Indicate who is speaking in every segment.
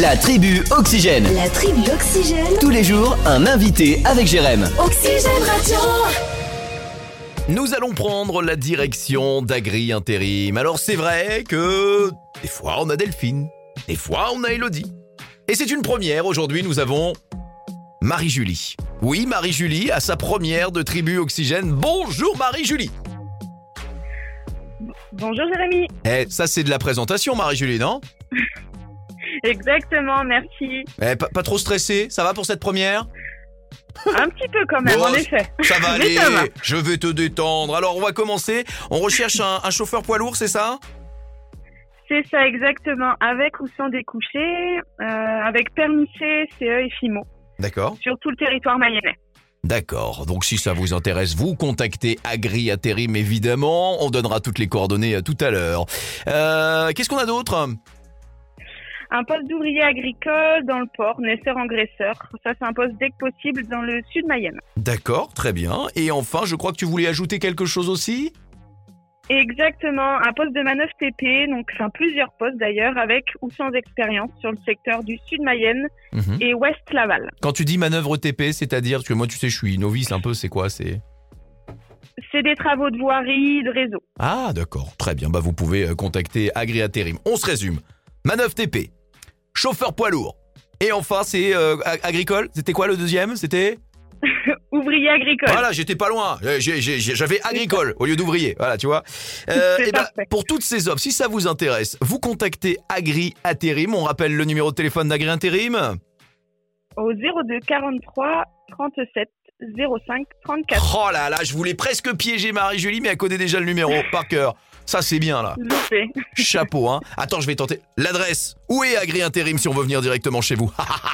Speaker 1: La tribu Oxygène.
Speaker 2: La tribu Oxygène.
Speaker 1: Tous les jours, un invité avec Jérém.
Speaker 2: Oxygène Radio.
Speaker 3: Nous allons prendre la direction d'Agri Intérim. Alors c'est vrai que des fois on a Delphine, des fois on a Elodie. Et c'est une première, aujourd'hui nous avons Marie-Julie. Oui, Marie-Julie a sa première de Tribu Oxygène. Bonjour Marie-Julie
Speaker 4: Bonjour Jérémy.
Speaker 3: Eh, ça c'est de la présentation Marie-Julie, non
Speaker 4: Exactement, merci.
Speaker 3: Eh, pas, pas trop stressée, ça va pour cette première
Speaker 4: Un petit peu quand même,
Speaker 3: Bon,
Speaker 4: en effet.
Speaker 3: Ça va
Speaker 4: Mais
Speaker 3: aller,
Speaker 4: ça va.
Speaker 3: je vais te détendre. Alors on va commencer, on recherche un, un chauffeur poids lourd, c'est ça
Speaker 4: C'est ça exactement, avec ou sans découché, euh, avec permis C, CE et FIMO,
Speaker 3: D'accord.
Speaker 4: sur tout le territoire mayennais.
Speaker 3: D'accord. Donc si ça vous intéresse, vous contactez Agri Intérim évidemment. On donnera toutes les coordonnées euh, tout à l'heure. Euh, Qu'est-ce qu'on a d'autre
Speaker 4: Un poste d'ouvrier agricole dans le port, naisseur-engraisseur. Ça, c'est un poste dès que possible dans le sud Mayenne.
Speaker 3: D'accord, très bien. Et enfin, je crois que tu voulais ajouter quelque chose aussi
Speaker 4: Exactement, un poste de manœuvre TP, donc enfin plusieurs postes d'ailleurs, avec ou sans expérience sur le secteur du sud Mayenne
Speaker 3: Mhm.
Speaker 4: et ouest Laval.
Speaker 3: Quand tu dis manœuvre TP, c'est-à-dire que moi, tu sais, je suis novice un peu, c'est quoi C'est
Speaker 4: C'est des travaux de voirie, de réseau.
Speaker 3: Ah, d'accord, très bien. Bah, vous pouvez euh, contacter Agri Intérim. On se résume. Manœuvre TP, chauffeur poids lourd. Et enfin, c'est euh, ag- agricole. C'était quoi le deuxième C'était
Speaker 4: Ouvrier agricole.
Speaker 3: Voilà, j'étais pas loin. Euh, j'ai- j'ai- j'ai- J'avais agricole au lieu d'ouvrier. Voilà, tu vois. Euh,
Speaker 4: C'est
Speaker 3: eh ben,
Speaker 4: parfait.
Speaker 3: pour toutes ces offres, si ça vous intéresse, vous contactez Agri Intérim. On rappelle le numéro de téléphone d'Agri Intérim.
Speaker 4: au 02 43 37 05 34.
Speaker 3: Oh là là, je voulais presque piéger Marie-Julie, mais elle connaît déjà le numéro par cœur. Ça, c'est bien là.
Speaker 4: Loupé.
Speaker 3: Chapeau, hein. Attends, je vais tenter. L'adresse. Où est Agri Intérim si on veut venir directement chez vous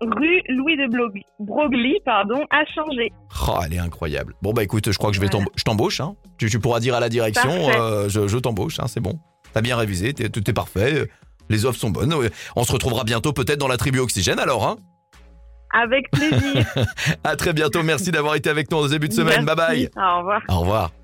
Speaker 4: Rue Louis de Blog- Broglie, pardon, a changé.
Speaker 3: Oh, elle est incroyable. Bon, bah écoute, je crois que je vais
Speaker 4: Voilà.
Speaker 3: t'embau- je t'embauche. Hein. Tu, tu pourras dire à la direction,
Speaker 4: Parfait.
Speaker 3: euh, je, je t'embauche, hein, c'est bon. T'as bien révisé, t'es t'es parfait. euh, Les offres sont bonnes. euh, On se retrouvera bientôt peut-être dans la tribu Oxygène alors. Hein.
Speaker 4: Avec plaisir.
Speaker 3: À très bientôt. Merci d'avoir été avec nous en ce début de semaine. Bye bye.
Speaker 4: Merci. Au revoir.
Speaker 3: Au revoir.